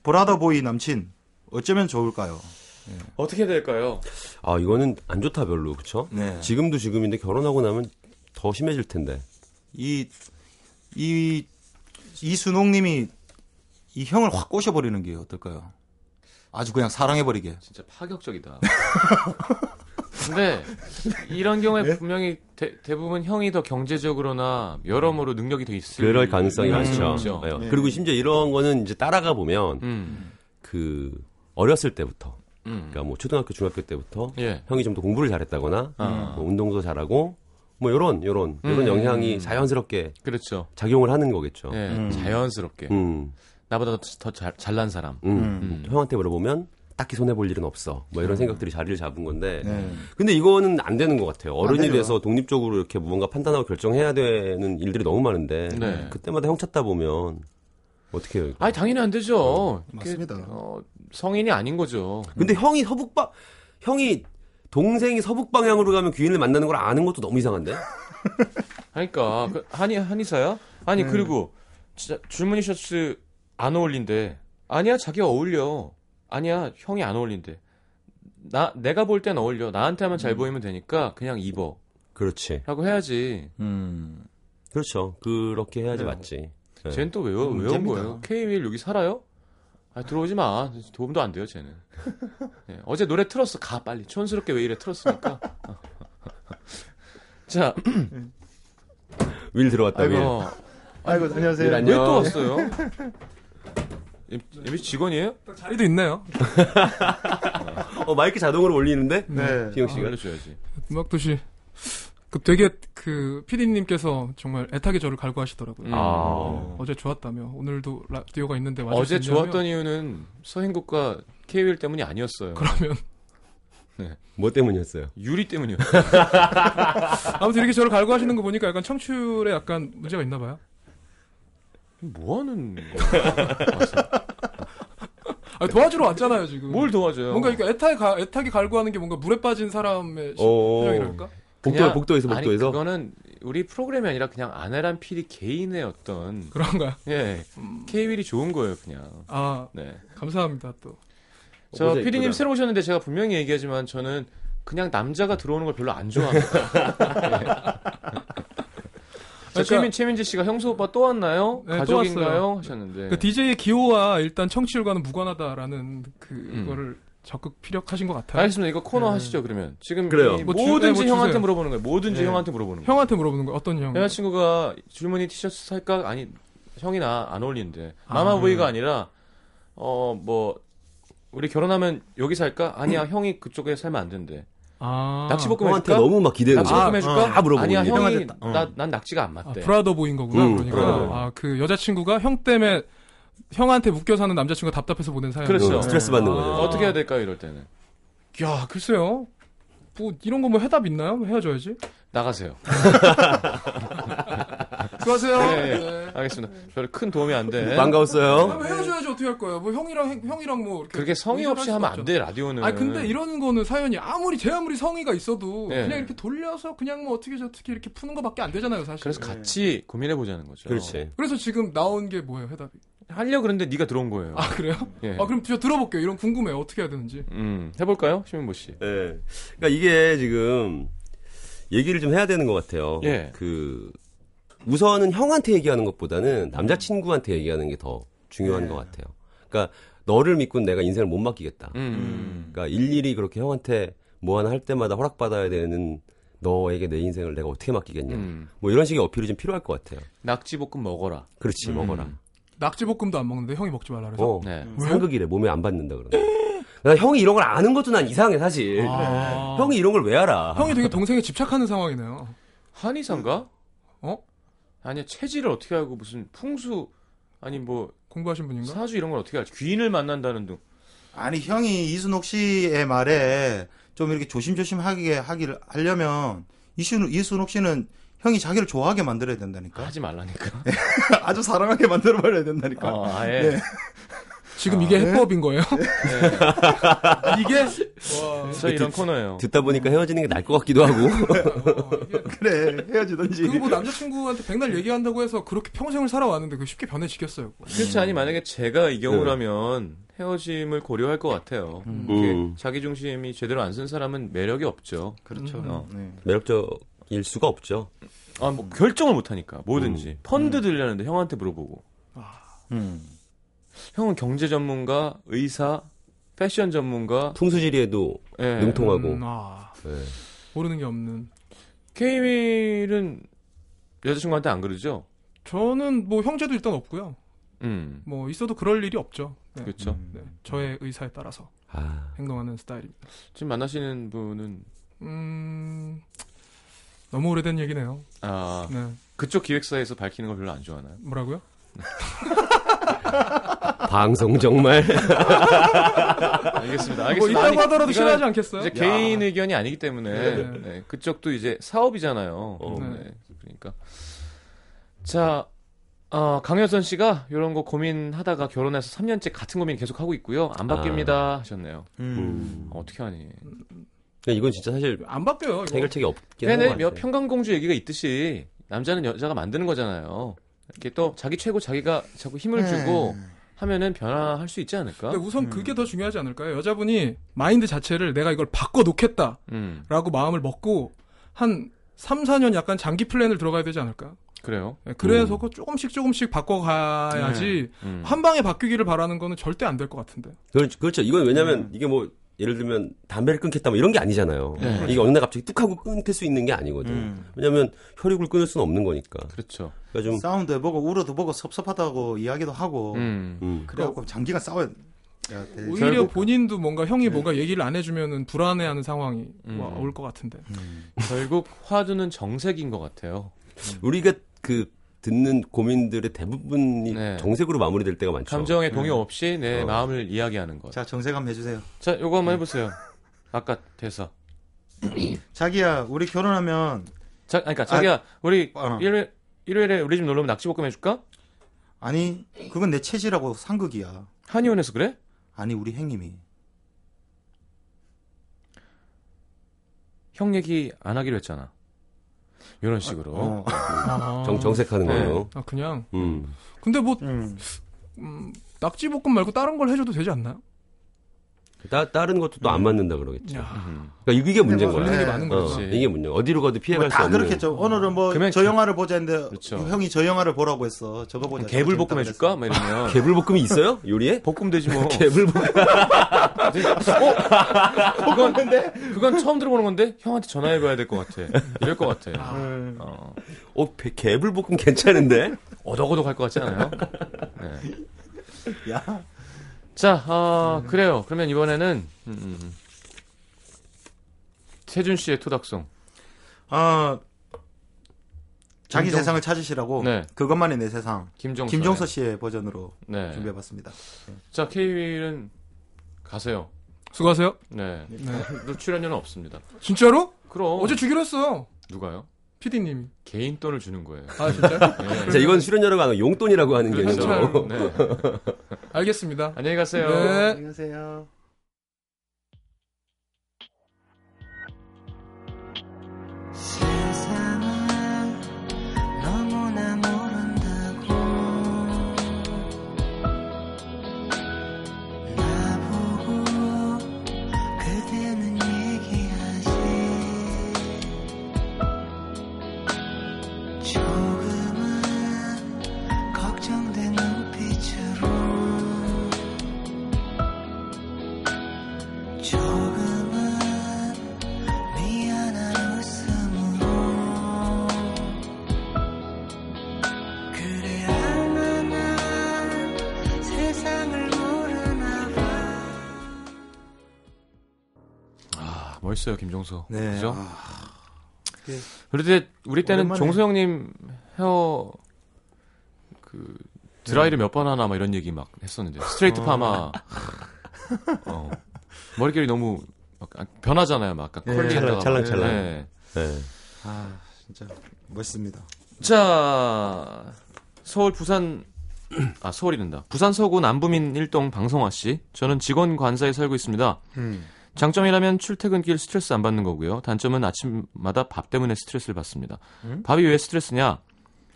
브라더보이 남친 어쩌면 좋을까요?
어떻게 될까요?
아 이거는 안 좋다 별로 그렇죠?
네.
지금도 지금인데 결혼하고 나면 더 심해질 텐데.
이이 이순옥님이 이 형을 확 꼬셔버리는 게 어떨까요? 아주 그냥 사랑해버리게.
진짜 파격적이다. 근데 이런 경우에 분명히 대, 대부분 형이 더 경제적으로나 여러모로 능력이 더 있을 음,
그럴 가능성이 많죠.
있죠.
네. 그리고 심지어 이런 거는 이제 따라가 보면
그렇죠. 음.
그 어렸을 때부터
음.
그러니까 뭐 초등학교 중학교 때부터
예.
형이 좀 더 공부를 잘했다거나
아.
뭐 운동도 잘하고 뭐 요런 요런 요런
음.
영향이 자연스럽게
그렇죠.
작용을 하는 거겠죠.
예. 자연스럽게.
음.
나보다 더, 더 잘, 잘난 사람.
음. 형한테 물어보면 딱히 손해 볼 일은 없어. 뭐 이런 생각들이 자리를 잡은 건데.
네.
근데 이거는 안 되는 것 같아요. 어른이
되죠.
돼서 독립적으로 이렇게 뭔가 판단하고 결정해야 되는 일들이 너무 많은데
네.
그때마다 형 찾다 보면 어떻게 해요? 이거?
아니 당연히 안 되죠. 이렇게,
맞습니다.
어, 성인이 아닌 거죠.
근데 형이 서북방 형이 동생이 서북 방향으로 가면 귀인을 만나는 걸 아는 것도 너무 이상한데?
그러니까 그, 한의 한의사야? 아니
네.
그리고 진짜 줄무늬 셔츠 안 어울린대. 아니야 자기 어울려. 아니야 형이 안 어울린대. 나 내가 볼 땐 어울려. 나한테만 잘
음.
보이면 되니까 그냥 입어라고
그렇지.
해야지.
음.
그렇죠. 그렇게 해야지 맞지. 네.
쟤는 또 왜요?
음,
왜 온
문제입니다.
거예요? K1 여기 살아요? 아 들어오지 마. 도움도 안 돼요 쟤는. 예, 어제 노래 틀었어. 가 빨리. 촌스럽게 왜 이래 틀었으니까. 자,
윌 들어왔다 윌.
어,
아이고 네, 안녕하세요.
왜 또 왔어요? MBC 직원이에요?
자리도 있나요?
어 마이크 자동으로 올리는데?
네.
지영
아,
씨가.
알려줘야지.
음악도시. 그 되게 그 피디님께서 정말 애타게 저를 갈구하시더라고요.
음.
아.
어제 좋았다며 오늘도 라디오가 있는데 와줄
어제
수 있냐며.
좋았던 이유는 서행국과 KBL 때문이 아니었어요.
그러면
뭐 때문이었어요?
유리 때문이었어요.
아무튼 이렇게 저를 갈구하시는 거 보니까 약간 청출에 약간 문제가 있나 봐요.
뭐 하는 거야?
아 도와주러 왔잖아요 지금.
뭘 도와줘요?
뭔가 이렇게 애타게, 가- 애타게 갈구하는 게 뭔가 물에 빠진 사람의 시-
어.
표현이랄까?
복도
그냥-
복도에서 복도에서.
아니, 그거는 우리 프로그램이 아니라 그냥 아내란 PD 개인의 어떤
그런가요?
예 KBL이 좋은 거예요, 그냥.
아
네.
감사합니다 또.
저
모자이크
PD님
그다음.
새로 오셨는데 제가 분명히 얘기하지만 저는 그냥 남자가 들어오는 걸 별로 안 좋아합니다. 자,
그러니까-
최민, 최민지 씨가 형수 오빠 또 왔나요?
네, 또
가족인가요?
왔어요.
하셨는데.
그 DJ의 기호와 일단 청취율과는
음.
무관하다라는 그거를 적극 피력하신 것 같아요.
알겠습니다. 이거 코너 하시죠, 그러면. 지금
그래요.
이
뭐 주- 네,
뭐든지
뭐
형한테
주세요.
물어보는 거예요. 뭐든지
네.
형한테 물어보는 거예요.
형한테 물어보는 거예요. 어떤 형?
여자친구가 줄무늬 티셔츠 살까? 아니, 형이 나 안 어울리는데. 마마보이가 아니라, 어, 뭐, 우리 결혼하면 여기 살까? 아니야, 형이 그쪽에 살면 안 된대.
아,
낙지볶음
형한테
해줄까? 아,
너무 막 기대는 거야.
낙지볶음 해줄까?
다 네. 아, 물어보는
아니야,
거지.
형이,
형한테 딱- 어.
나, 난 낙지가 안 맞대.
아, 브라더 보인 거구나.
음,
그러니까
브라더.
아, 그 여자친구가 형 때문에 형한테 묶여 사는 남자친구가 답답해서 보낸 사연.
그렇죠.
응, 어, 스트레스 받는
아.
거죠.
어떻게 해야 될까요, 이럴 때는?
야, 글쎄요. 뭐 이런 거 뭐 해답 있나요? 헤어져야지.
나가세요.
수고하세요.
예,
네.
예. 알겠습니다. 별로 큰 도움이 안 돼.
반가웠어요.
그럼 헤어져야지 어떻게 할 거예요? 뭐 형이랑 형- 형이랑 뭐 이렇게
그렇게 성의
의견할
없이
수가
하면
없잖아.
안 돼, 라디오는.
아 근데 이런 거는 사연이 아무리 제 아무리 성의가 있어도
예.
그냥 이렇게 돌려서 그냥 뭐 어떻게 저떻게 이렇게 푸는 거밖에 안 되잖아요 사실.
그래서 같이 고민해 보자는 거죠.
그렇지.
네. 그래서 지금 나온 게 뭐예요 해답이?
하려 그랬는데 네가 들어온 거예요.
아 그래요?
예.
아 그럼 저 들어볼게요. 이런 궁금해요. 어떻게 해야 되는지.
음, 해볼까요, 시민보 씨?
예. 그러니까 이게 지금 얘기를 좀 해야 되는 것 같아요.
예.
그 우선은 형한테 얘기하는 것보다는 남자친구한테 얘기하는 게 더 중요한
예.
것 같아요. 그러니까 너를 믿고 내가 인생을 못 맡기겠다.
음,
그러니까 일일이 그렇게 형한테 뭐 하나 할 때마다 허락받아야 되는 너에게 내 인생을 내가 어떻게 맡기겠냐.
음.
뭐 이런 식의 어필이 좀 필요할 것 같아요.
낙지볶음 먹어라.
그렇지 먹어라.
낙지볶음도 안 먹는데 형이 먹지 말라 그래서
어,
네.
왜?
상극이래 몸에 안 받는다 그러네. 나 형이 이런 걸 아는 것도 난 이상해 사실.
아.
형이 이런 걸 왜 알아?
형이 되게 동생에 집착하는 상황이네요.
한의사인가?
음.
어?
아니야 체질을 어떻게 알고 무슨 풍수 아니 뭐
공부하신
음.
분인가?
사주 이런 걸 어떻게 알지? 귀인을 만난다는 둥.
아니 형이 이순옥 씨의 말에 좀 이렇게 조심조심 하게 하기를 하려면 이순 이순옥 씨는 형이 자기를 좋아하게 만들어야 된다니까.
하지 말라니까.
아주 사랑하게 만들어 버려야 된다니까.
어, 아예.
네.
아,
지금 이게
네?
해법인 거예요? 이게 와,
그래서 이런 코너예요.
네. 듣다 보니까 헤어지는 게 나을 것 같기도 하고.
그래 헤어지든지.
그리고 뭐 남자친구한테 백날 얘기한다고 해서 그렇게 평생을 살아왔는데 그 쉽게 변해지겠어요.
그렇지 아니 만약에 제가 이 경우라면 헤어짐을 고려할 것 같아요. 이렇게
네. 음.
자기 중심이 제대로 안 쓴 사람은 매력이 없죠.
그렇죠.
어.
네.
매력적일 수가 없죠.
아 뭐 결정을 못 하니까 뭐든지 펀드 들려는데 형한테 물어보고.
음.
형은 경제 전문가, 의사, 패션 전문가.
풍수지리에도
예.
능통하고.
음, 아,
네.
모르는 게 없는.
케이윌은 여자친구한테 안 그러죠?
저는 뭐 형제도 일단 없고요.
음.
뭐 있어도 그럴 일이 없죠. 네.
그렇죠.
네, 저의 의사에 따라서
아,
행동하는 스타일입니다.
지금 만나시는 분은
음, 너무 오래된 얘기네요.
아
네,
그쪽 기획사에서 밝히는 걸 별로 안 좋아하나요?
뭐라고요?
방송 정말.
알겠습니다.
뭐
알겠습니다.
있다고
아니,
하더라도
이거는
싫어하지 않겠어요?
이제 개인 의견이 아니기 때문에
네.
네, 그쪽도 이제 사업이잖아요.
어.
네.
네.
그러니까 자 어, 강효선 씨가 이런 거 고민하다가 결혼해서 3년째 같은 고민 계속 하고 있고요. 안 바뀝니다
아.
하셨네요.
음.
어, 어떻게 하니?
근데 그러니까 이건 진짜 사실
안 바뀌어요. 이거.
해결책이 없긴 한것
네네
같아요.
몇 평강공주 얘기가 있듯이 남자는 여자가 만드는 거잖아요. 이렇게 또 자기 최고 자기가 자꾸
음.
네.
힘을 주고
음.
하면은 변화할 수 있지 않을까?
근데 그러니까 우선 그게 더 중요하지 않을까요? 여자분이 마인드 자체를 내가 이걸 바꿔 놓겠다라고
음
마음을 먹고 한 3, 4년 약간 장기 플랜을 들어가야 되지 않을까?
그래요.
예, 그래서 그 조금씩 조금씩 바꿔가야지
음.
한 방에 바뀌기를 바라는 거는 절대 안 될 것 같은데.
그렇- 그렇죠. 이건 왜냐면 이게 뭐 예를 들면 담배를 끊겠다 뭐 이런 게 아니잖아요. 이게 어느 날 갑자기 뚝 하고 끊길 수 있는 게 아니거든.
음.
왜냐면 혈육을 끊을 수는 없는 거니까.
그렇죠.
그러니까 좀
싸움도 해보고 울어도 보고 섭섭하다고 이야기도 하고
음.
음.
그래갖고 장기간 싸워야 돼.
오히려
결국-
본인도 뭔가 형이 뭔가 얘기를 안 해주면은 불안해하는 상황이
음.
올 것 같은데.
결국 화두는 정색인 것 같아요.
우리가 그 듣는 고민들의 대부분이
네.
정색으로 마무리될 때가 많죠.
감정의 동요 없이 내
그렇죠. 어.
마음을 이야기하는 것. 자,
자 정색 한번 해주세요.
요거 한번 해보세요. 아까 대사.
자기야 우리 결혼하면
자, 아니, 그러니까 자기야, 우리
어.
일요일, 일요일에 우리 집 놀러 오면 낙지볶음 해줄까?
아니 그건 내 체질하고 상극이야.
한의원에서 그래?
아니 우리 행님이
형 얘기 안 하기로 했잖아. 이런 식으로.
어.
아,
정, 정색하는
네.
거예요.
아, 그냥
음.
근데 뭐
음.
음, 낙지볶음 말고 다른 걸 해줘도 되지 않나요?
따, 다른 것도 또 안 맞는다 그러겠죠.
야,
음.
그러니까 이게 문제인
뭐
거야.
걸리는
네.
게 많은
어,
거지.
그렇지.
이게 문제. 어디로 가도 피해갈 수
다
없는.
그렇겠죠. 오늘은 뭐
그러면
저
개-
영화를 보자 했는데
그렇죠.
형이 저 영화를 보라고 했어. 저거 보자.
개불볶음
재밌다
해줄까? 막 이러면.
개불볶음이 있어요? 요리에?
볶음 되지 뭐.
개불볶음.
그건, 그건 처음 들어보는 건데 형한테 전화해봐야 될 것 같아. 이럴 것 같아.
그랬어. 네.
어.
어, 배- 개불볶음 괜찮은데?
어덕어덕할 것 같지 않아요? 네.
야
자, 아, 그래요. 그러면 이번에는 음, 음. 세준 씨의 토닥송.
아 자기
김종-
세상을 찾으시라고
네.
그것만이 내 세상
김종서.
김종서 씨의 버전으로
네.
준비해봤습니다.
자, 케이윌은 가세요.
수고하세요.
네.
네.
늘 출연료는 없습니다.
진짜로?
그럼
어제 주기로 했어.
누가요?
PD님이.
개인 돈을 주는 거예요.
아 진짜?
네.
자, 이건 수련료라고 하는 용돈이라고 하는
그렇죠.
개념으로.
네.
알겠습니다.
안녕히 가세요.
네.
안녕하세요.
세상을 너무나 모른다고 나보고 그대는 얘기하지 조금은 걱정된 눈빛으로 조금은 미안한 웃음으로 그래 알만한
했어요, 아, 김종서.
네.
그죠?
아,
그런데 우리 때는
오랜만에.
종서 형님 헤어 그 드라이를 몇 번 하나 막 이런 얘기 막 했었는데 스트레이트
네. 어.
파마 어. 머릿결이 너무 막 아, 변하잖아요, 막 아까
예,
컬리에다가
찰랑,
막.
찰랑.
예.
네.
아, 진짜 멋있습니다.
자, 서울 부산 아 서울이된다. 부산 서구 남부민 1동 방성화 씨. 저는 직원 관사에 살고 있습니다. 장점이라면 출퇴근길 스트레스 안 받는 거고요. 단점은 아침마다 밥 때문에 스트레스를 받습니다. 밥이 왜 스트레스냐?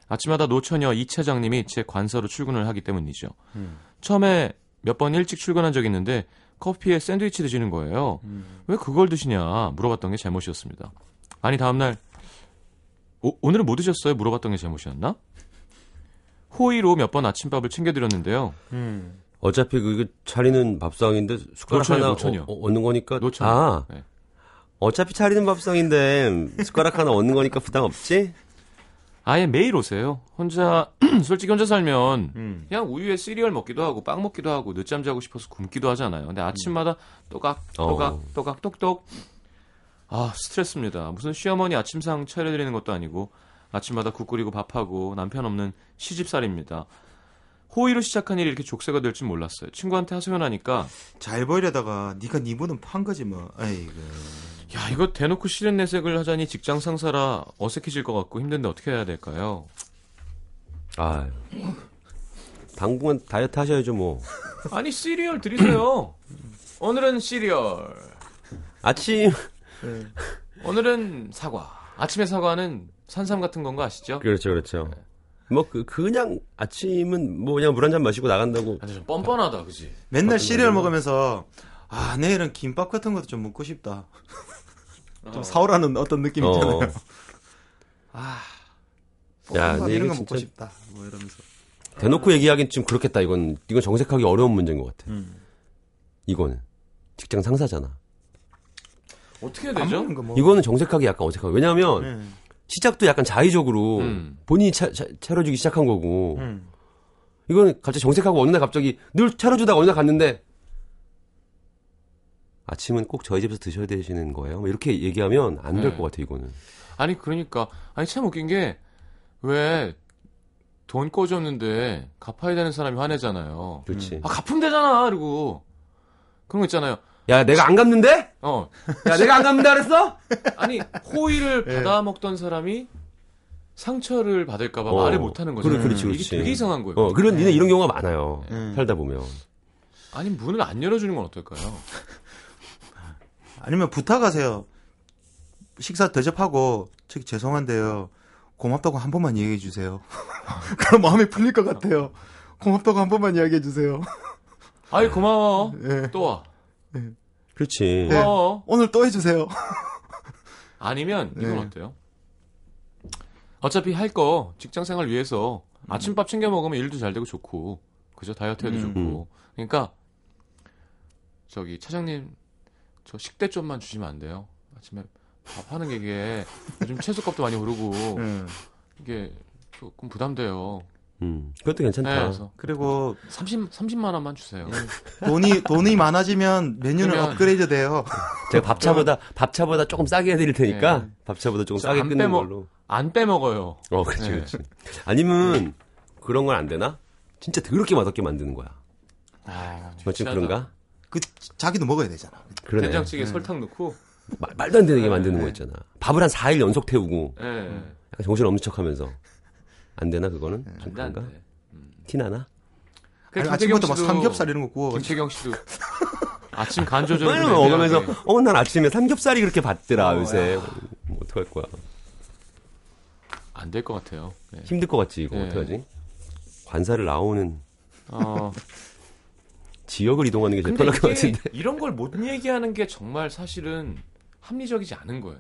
아침마다 노처녀 이 차장님이 제 관서로 출근을 하기 때문이죠. 처음에 몇 번 일찍 출근한 적이 있는데 커피에 샌드위치 드시는 거예요. 왜 그걸 드시냐 물어봤던 게 잘못이었습니다. 아니 다음날 오, 오늘은 뭐 드셨어요? 물어봤던 게 잘못이었나? 호의로 몇 번 아침밥을 챙겨드렸는데요. 음.
어차피 그 차리는 밥상인데 숟가락
노천이요,
하나
노천이요.
어- 어- 얻는 거니까
노천.
아
네.
어차피 차리는 밥상인데 숟가락 하나 얻는 거니까 부담 없지?
아예 매일 오세요. 혼자 솔직히 혼자 살면 그냥 우유에 시리얼 먹기도 하고 빵 먹기도 하고 늦잠 자고 싶어서 굶기도 하잖아요. 근데 아침마다 또각 또각
어.
또각 똑똑 아 스트레스입니다. 무슨 시어머니 아침상 차려드리는 것도 아니고 아침마다 국 끓이고 밥하고 남편 없는 시집살입니다. 호의로 시작한 일이 이렇게 족쇄가 될 줄 몰랐어요. 친구한테 하소연하니까
잘 보이려다가 네가 네 분은 판 거지 뭐. 아이고.
야 이거 대놓고 실은 내색을 하자니 직장 상사라 어색해질 것 같고 힘든데 어떻게 해야 될까요?
아 당분간 다이어트 하셔야죠 뭐
아니 시리얼 드리세요. 오늘은 시리얼.
아침
오늘은 사과. 아침에 사과는 산삼 같은 건거 아시죠?
그렇죠 그렇죠 뭐 그, 그냥 아침은 뭐 그냥 물 한 잔 마시고 나간다고
아니 좀 뻔뻔하다, 그지?
맨날 시리얼 먹으면서 아 내일은 김밥 같은 것도 좀 먹고 싶다. 좀 사오라는 어떤 느낌 있잖아요.
어. 야,
볶음밥
근데
이런
이거
거 먹고
진짜-
싶다. 뭐 이러면서.
대놓고 얘기하긴 좀 그렇겠다. 이건 이건 정색하기 어려운 문제인 것 같아.
음.
이거는 직장 상사잖아.
어떻게 해야
안
되죠?
먹는 거 뭐.
이거는 정색하기 약간 어색하고 왜냐하면
네.
시작도 약간 자의적으로
음.
본인이 차, 차, 차려주기 시작한 거고
음.
이거는 갑자기 정색하고 어느 날 갑자기 늘 차려주다가 어느 날 갔는데 아침은 꼭 저희 집에서 드셔야 되시는 거예요. 뭐 이렇게 얘기하면 안 될
네.
것 같아 이거는.
아니 그러니까 아니 참 웃긴 게 왜 돈 꿔줬는데 갚아야 되는 사람이 화내잖아요.
그렇지.
아 갚으면 되잖아, 그리고 그런 거 있잖아요.
야 내가 안 갚는데?
어
야 내가 안 갚는다 그랬어?
아니 호의를
예.
받아 먹던 사람이 상처를 받을까봐
어.
말을 못하는 거잖아요.
그래, 그렇지, 그렇지.
이게 되게 이상한 거예요.
어 그런 니네 이런 경우가 많아요.
네.
살다 보면.
아니 문을 안 열어주는 건 어떨까요?
아니면 부탁하세요. 식사 대접하고 저기 죄송한데요. 고맙다고 한 번만 얘기해 주세요. 그럼 마음이 풀릴 것 같아요. 고맙다고 한 번만 이야기해 주세요.
아이 고마워.
예.
또 와.
그렇지.
네.
고마워.
오늘 또 해주세요.
아니면 이건
예.
네.
어때요? 어차피 할 거 직장 생활 위해서 아침밥 챙겨 먹으면 일도 잘 되고 좋고 그죠 다이어트에도
음.
좋고 그러니까 저기 차장님 저 식대 좀만 주시면 안 돼요? 아침에 밥 하는 게 이게 요즘 채소값도 많이 오르고
예.
이게 조금 부담돼요.
음 그것도 괜찮다.
네, 그래서
그리고
30 30만 원만 주세요.
돈이 돈이 많아지면 메뉴는
그러면-
업그레이드 돼요.
제가 밥차보다 밥차보다 조금 싸게 해드릴 테니까
네.
밥차보다 조금
그래서
싸게
안
끊는
빼먹-
걸로.
안 빼먹어요.
어, 그렇지,
네.
그렇지. 아니면 그런 건 안 되나? 진짜 더럽게 맛없게 만드는 거야.
아,
뭐 지금 그런가?
그 자기도 먹어야 되잖아.
그러네.
된장찌개 설탕 넣고
마- 말도 안 되게 만드는
네.
거 있잖아. 밥을 한 4일 연속 태우고
예.
약간 정신 없는 척하면서 안 되나 그거는? 좀
안돼 안
그런가?
돼.
티 나나?
아니,
그래,
아침부터
네. 김태경
막
씨도-
삼겹살 이런 거 구워.
김채경 씨도 아침 간 조절
아니 뭐 먹으면서 어 난 아침에 삼겹살이 그렇게 받더라
어,
요새. 뭐 어떡할 거야?
안될 것 같아요. 네.
힘들 것 같지 이거
네.
어떡하지? 관사를 나오는
어,
지역을 이동하는 게 제일
근데
편할 것
이게
같은데.
이런 걸 못 얘기하는 게 정말 사실은 합리적이지 않은 거예요.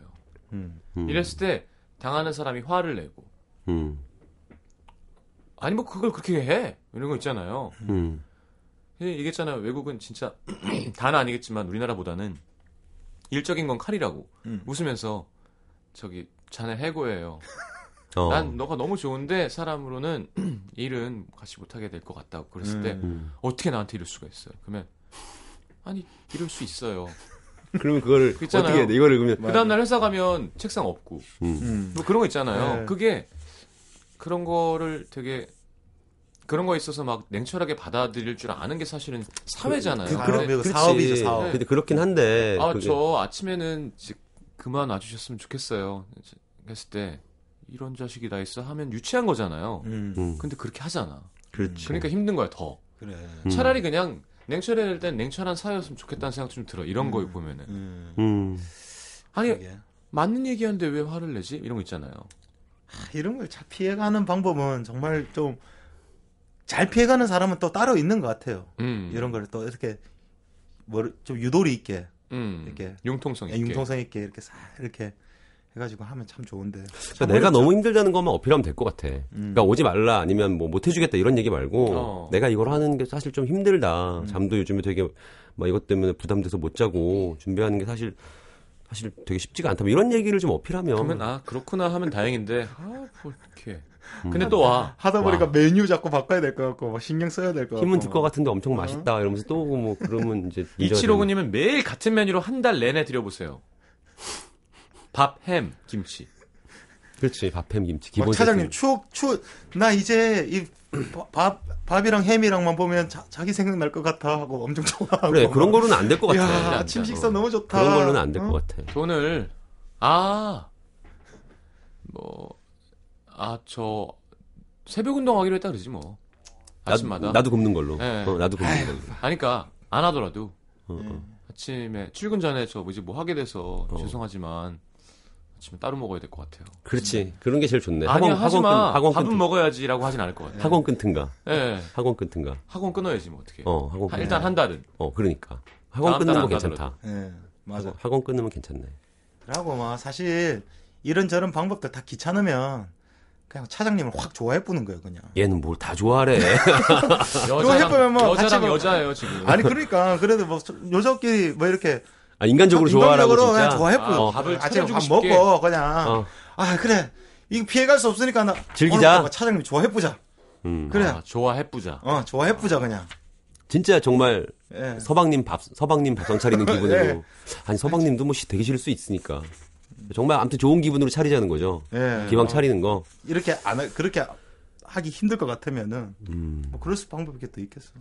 음.
음,
이랬을 때 당하는 사람이 화를 내고
음,
아니 뭐 그걸 그렇게 해 이런 거 있잖아요.
음.
예, 얘기했잖아요. 외국은 진짜 다는 아니겠지만 우리나라보다는 일적인 건 칼이라고
음.
웃으면서 저기 자네 해고예요.
어.
난 너가 너무 좋은데 사람으로는 일은 같이 못하게 될 것 같다고 그랬을 때
음.
음.
어떻게 나한테 이럴 수가 있어요? 그러면 아니 이럴 수 있어요.
그러면 그거를
그 있잖아요.
어떻게 해야 돼? 이거를 그러면
그 다음날 회사 가면 책상 없고
음.
뭐 그런 거 있잖아요.
네.
그게 그런 거를 되게 그런 거에 있어서 막 냉철하게 받아들일 줄 아는 게 사실은 사회잖아요.
그-
근데
그럼요.
그렇지. 네.
사업이죠, 사업.
근데 그렇긴 한데
아,
네, 그게
저 아침에는 지- 그만 와주셨으면 좋겠어요. 이제 했을 때 이런 자식이 다 있어 하면 유치한 거잖아요.
음.
음.
근데 그렇게 하잖아.
그렇지.
그러니까 힘든 거야 더.
그래.
음.
차라리 그냥 냉철해질 땐 냉철한 사회였으면 좋겠다는 생각 좀 들어. 이런 거
음.
보면은
음.
음.
아니
이게.
맞는 얘기하는데 왜 화를 내지? 이런 거 있잖아요.
아, 이런 걸 잘 피해가는 방법은 정말 좀 잘 피해가는 사람은 또 따로 있는 것 같아요.
음.
이런 걸 또 이렇게 뭐좀 유도리 있게,
음.
이렇게. 아,
융통성 있게.
융통성 있게 이렇게 싹 이렇게 해가지고 하면 참 좋은데. 음.
그러니까 내가 너무 힘들다는 것만 어필하면 될 것 같아. 그러니까 오지 말라 아니면 뭐 못 해주겠다 이런 얘기 말고
어. 음.
내가 이걸 하는 게 사실 좀 힘들다. 잠도 요즘에 되게 막 이것 때문에 부담돼서 못
음.
자고 준비하는 게 사실 사실 되게 쉽지가 않다. 뭐 이런 얘기를 좀 어필하면
그러면 아 그렇구나 하면 다행인데 아뭐 이렇게. 근데 또 와.
하다 보니까
와.
메뉴 자꾸 바꿔야 될 것 같고 막 신경 써야 될 것 같고.
힘은 들
어.
것 같은데 엄청 맛있다 이러면서 또 오고 뭐 그러면 이제 인정이 되는-
2759님은 매일 같은 메뉴로 한 달 내내 드려보세요. 밥, 햄, 김치.
그렇지 밥햄
어,
김치
막
기본
차장님
세트.
추억 추억 나 이제 이 밥 밥이랑 햄이랑만 보면 자, 자기 생각날 것 같아 하고 엄청 좋아하고.
그래 그런 거로는 안 될 것 같아. 어.
야, 아침 식사 너무 좋다.
그런 걸로는 안 될
어?
것 같아.
돈을, 아, 뭐, 아, 저, 새벽 운동하기로 했다 그러지 뭐. 아침마다.
나도 굽는 걸로.
예.
어, 나도 굽는 걸로.
아니, 그니까, 안 하더라도.
어, 어.
아침에, 출근 전에 저 뭐지 뭐 하게 돼서
어.
죄송하지만, 아침에 따로 먹어야 될 것 같아요.
그렇지 그런 게 제일 좋네.
아니,
학원 학원
하지마.
끊 학원
밥은
끊
먹어야지라고 하진 않을 것 같아요.
학원 끊든가
예.
학원 끊든가.
학원 끊어야지, 뭐, 어떻게.
어, 학원
한-
끊
일단 한 달은.
어,
다음
그러니까. 학원 끊는
달은
거
안
괜찮다.
예, 맞아.
학원, 학원 끊으면 괜찮네.
그러고 막 사실 이런저런 방법들 다 귀찮으면 그냥 차장님을 확 좋아해 뿌는 거예요, 그냥.
얘는 뭘 다 좋아하래.
해보면
여자랑,
뭐 같이
여자랑
뭐-
여자예요, 지금.
아니 그러니까 그래도 뭐 저- 요저끼리 뭐 이렇게
아, 인간적으로 좋아하라고
인간적으로 그냥
진짜.
좋아해 뿌.
아, 밥을
아침에
차려주고
밥
싶게.
먹고 그냥
어.
아 그래 이거 피해갈 수 없으니까 나
즐기자.
오늘부터 차장님 좋아해 뿌자.
음.
그래,
아, 좋아해 뿌자.
어 좋아해 뿌자 그냥.
진짜 정말
예.
서방님 밥 서방님 밥상 차리는 기분으로.
예.
아니 서방님도 뭐 시- 되게 싫을 수 있으니까. 정말 아무튼 좋은 기분으로 차리자는 거죠.
예.
기왕 차리는 거.
이렇게 안 하- 그렇게 하기 힘들 것 같으면은
음.
뭐 그럴 수 방법이 또 있겠어.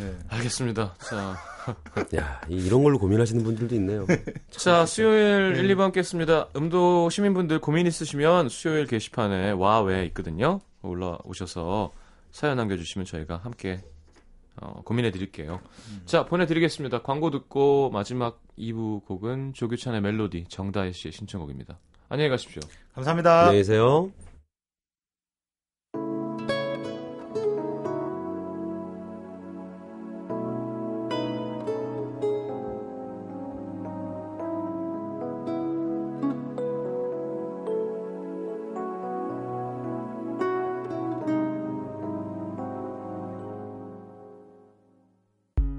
예.
알겠습니다. 자,
야, 이- 이런 걸로 고민하시는 분들도 있네요.
자 수요일 1, 2부 함께 했습니다. 음도 시민분들 고민 있으시면 수요일 게시판에 와외 있거든요. 올라오셔서 사연 남겨주시면 저희가 함께 어, 고민해 드릴게요. 자, 보내드리겠습니다. 광고 듣고 마지막 2부 곡은 조규찬의 멜로디, 정다혜 씨의 신청곡입니다. 안녕히 가십시오.
감사합니다.
안녕히 계세요.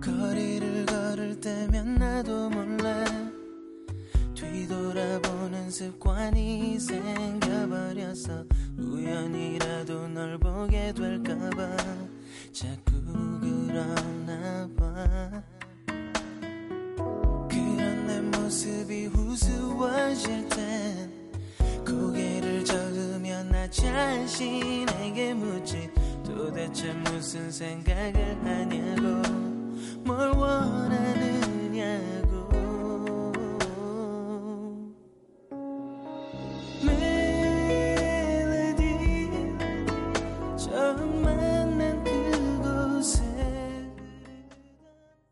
거리를 걸을 때면 나도 몰라 뒤돌아보는 습관이 생겨버렸어 우연이라도 널 보게 될까봐 자꾸 그러나 봐 그런 내 모습이 우스워질 때 고개를 저으며 나 자신에게 묻지 도대체 무슨 생각을 하냐고 뭘 원하느냐고